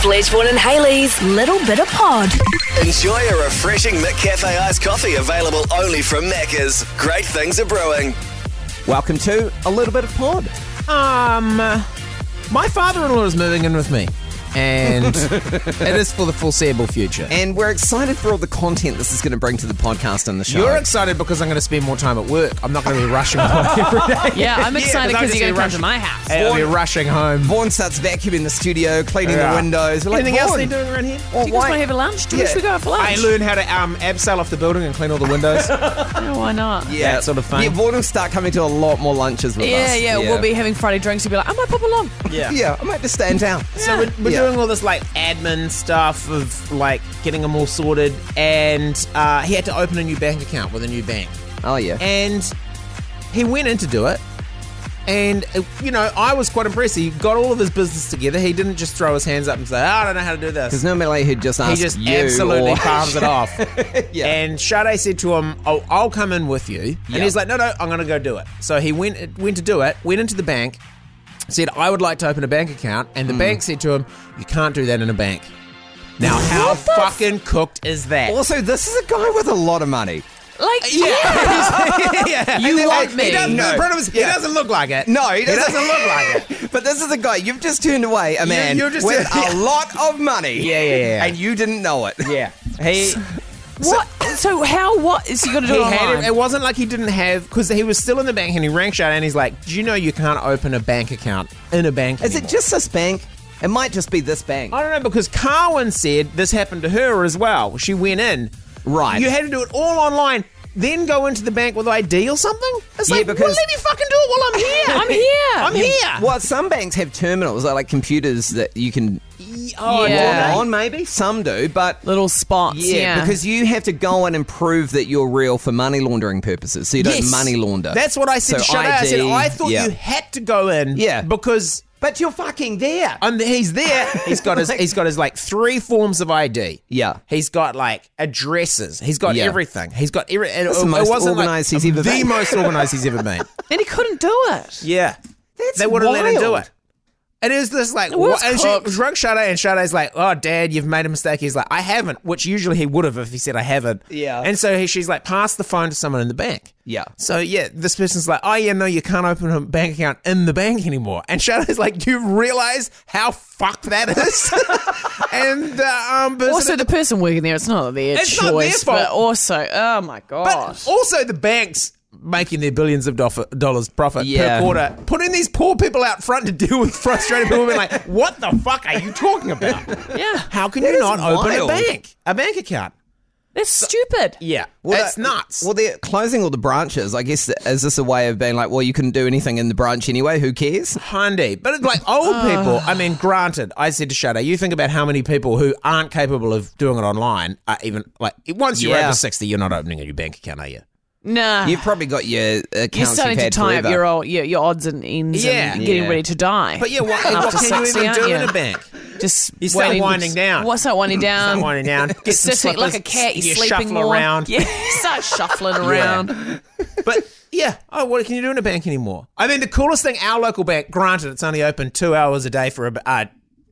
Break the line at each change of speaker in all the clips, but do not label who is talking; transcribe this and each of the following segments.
Fledgeborn and Haley's Little Bit of Pod.
Enjoy a refreshing McCafe iced coffee available only from Macca's. Great things are brewing.
Welcome to a little bit of pod. Um, my father-in-law is moving in with me, and it is for the foreseeable future.
And we're excited for all the content this is going to bring to the podcast and the show.
You're excited because I'm going to spend more time at work. I'm not going to be rushing home every day.
Yeah, I'm excited
but
because
I'm just
you're going to come
rushing-
to my house.
And I'll be rushing home.
Vaughn starts vacuuming the studio, cleaning
Yeah.
Ah.
the windows. We're like,
Anything else
"Vaughn,
they're doing around here?
well,
Do you guys
why-
want to have a lunch? Do you wish
Yeah.
we go out for
I
lunch?
learned how to um, abseil off the building and clean all the windows.
Oh, why not? Yeah,
that sort of thing.
Yeah, Vaughn will start coming to a lot more lunches with
yeah,
us.
We'll be having Friday drinks. You'll be like, I might pop along.
Yeah, I might just stay in town.
So we're, we're
Yeah.
doing all this like admin stuff of like getting them all sorted, and uh, he had to open a new bank account with a new bank,
Oh, yeah.
and he went in to do it, and uh, you know I was quite impressed. He got all of his business together. He didn't just throw his hands up and say, "Oh, "I don't know how to do this."
There's no melee who'd just
He
asked
just
you
absolutely
or-
palms it off.
Yeah.
And Sade said to him, oh, I'll come in with you. And he's like, no, no, I'm going to go do it. So he went, went to do it, went into the bank, said, I would like to open a bank account. And
Hmm.
the bank said to him, you can't do that in a bank. Now, how fucking cooked is that?
Also, this is a guy with a lot of money.
Like,
Yeah.
yeah.
yeah.
You
And then,
want
like,
me.
He doesn't,
No.
the problem is, he
Yeah.
doesn't look like it.
No, he doesn't,
look like it.
But this is a guy you've just turned away a man
you're just-
with
yeah.
a lot of money.
Yeah, yeah, yeah.
And you didn't know it.
Yeah. He,
What? So how? What is he going to do
he
it
had it.
online?
It wasn't like he didn't have, because he was still in the bank and he rang Sade and he's like, do you know you can't open a bank account in a bank
Is
anymore?"
it just this bank? It might just be this bank.
I don't know because Carwin said this happened to her as well. She went in.
Right.
You had to do it all online, then go into the bank with ID or something. It's
Yeah,
like, well,
because-
let me fucking do it while I'm here.
I'm here.
I'm here.
Well, some banks have terminals, like computers that you can
Oh,
Yeah.
log on, maybe. Some do, but
Little spots. Yeah.
Yeah, because you have to go in and prove that you're real for money laundering purposes. So you don't
Yes.
money launder.
That's what I said.
So
Shut up. I said
ID,
I thought
yeah.
you had to go in.
Yeah.
Because
But you're fucking there.
I'm, he's there. He's got his. he's got his like three forms of ID.
Yeah.
He's got like addresses. He's got
Yeah.
everything. He's got every. And
That's
it,
the most
it wasn't
organised
like,
he's ever
the
been.
most organized he's ever been.
And he couldn't do it.
Yeah.
That's
they wouldn't let him do
wild.
it. It is this like
was
what, and
cooked.
she drunk Sade and Sade's like, oh dad, you've made a mistake. He's like, I haven't, which usually he would have if he said I haven't.
Yeah.
And so he, she's like, pass the phone to someone in the bank.
Yeah.
So yeah, this person's like, oh yeah, no, you can't open a bank account in the bank anymore. And Sade's like, you realize how fucked that is. and uh, um, but
Also, the person working there, it's not their
It's
choice.
not their fault.
But also, oh my
but
gosh.
also the banks. Making their billions of doff- dollars profit
Yeah.
per quarter, putting these poor people out front to deal with frustrated people, being like, "What the fuck are you talking about?"
yeah.
How can
That
you
is
not open a
wild.
bank? A bank account?
That's stupid.
Yeah.
Well,
That's
that-
nuts.
Well, they're closing all the branches. I guess is this a way of being like, well, you couldn't do anything in the branch anyway. Who cares?
Handy. But it's like old people, I mean, granted, I said to Shada, you think about how many people who aren't capable of doing it online are even like, once you're
Yeah.
over 60, you're not opening a new bank account, are you?
Nah.
You've probably got your accounts
Ah. You're starting
you've
to
had
tie up
forever.
your, old, your, your odds and ends
Yeah.
and getting
Yeah.
ready to die.
But yeah, what,
After
what can you
60,
even
aren't
do
you?
in a bank?
just
You start
waiting-
winding down.
What's that winding down?
Start winding down. Get some
Sitting like a
slippers,
cat, you're
you
sleeping
shuffle
more.
around. Uh-huh.
Yeah, start shuffling around.
But yeah, oh, what can you do in a bank anymore? I mean, the coolest thing, our local bank, granted, it's only open two hours a day for about uh,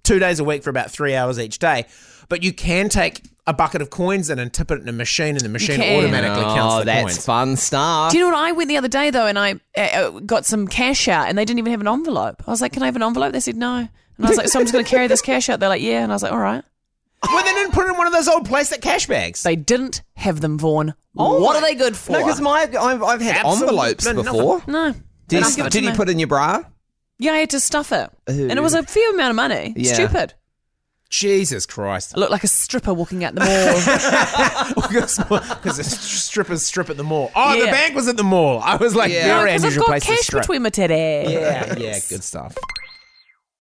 two days a week for about three hours each day, but you can take a bucket of coins in and tip it in a machine, and the machine
can.
automatically counts
Oh,
the
that's
coins.
fun stuff.
Do you know what? I went the other day though, and I uh, uh, got some cash out, and they didn't even have an envelope. I was like, "Can I have an envelope?" They said no, and I was like, "So I'm just going to carry this cash out." They're like, "Yeah," and I was like, "All right."
well, they didn't put it in one of those old plastic cash bags.
They didn't have them, Vaughn.
Oh
what are they good for?
No, because my I've, I've had
Absolutely
envelopes
nothing.
before.
No.
Did,
They
you,
give it
did
to
you
me.
put in your bra?
Yeah, I had to stuff it, and it was a fair amount of money.
Yeah.
Stupid.
Jesus Christ.
I looked like a stripper walking out the mall.
Because the strippers strip at the mall. Oh, the
Yeah.
bank was at the mall. I was like,
Yeah.
very
Because I've
unusual
got
place to
cash
strip.
between my titties.
yeah, yeah, good stuff.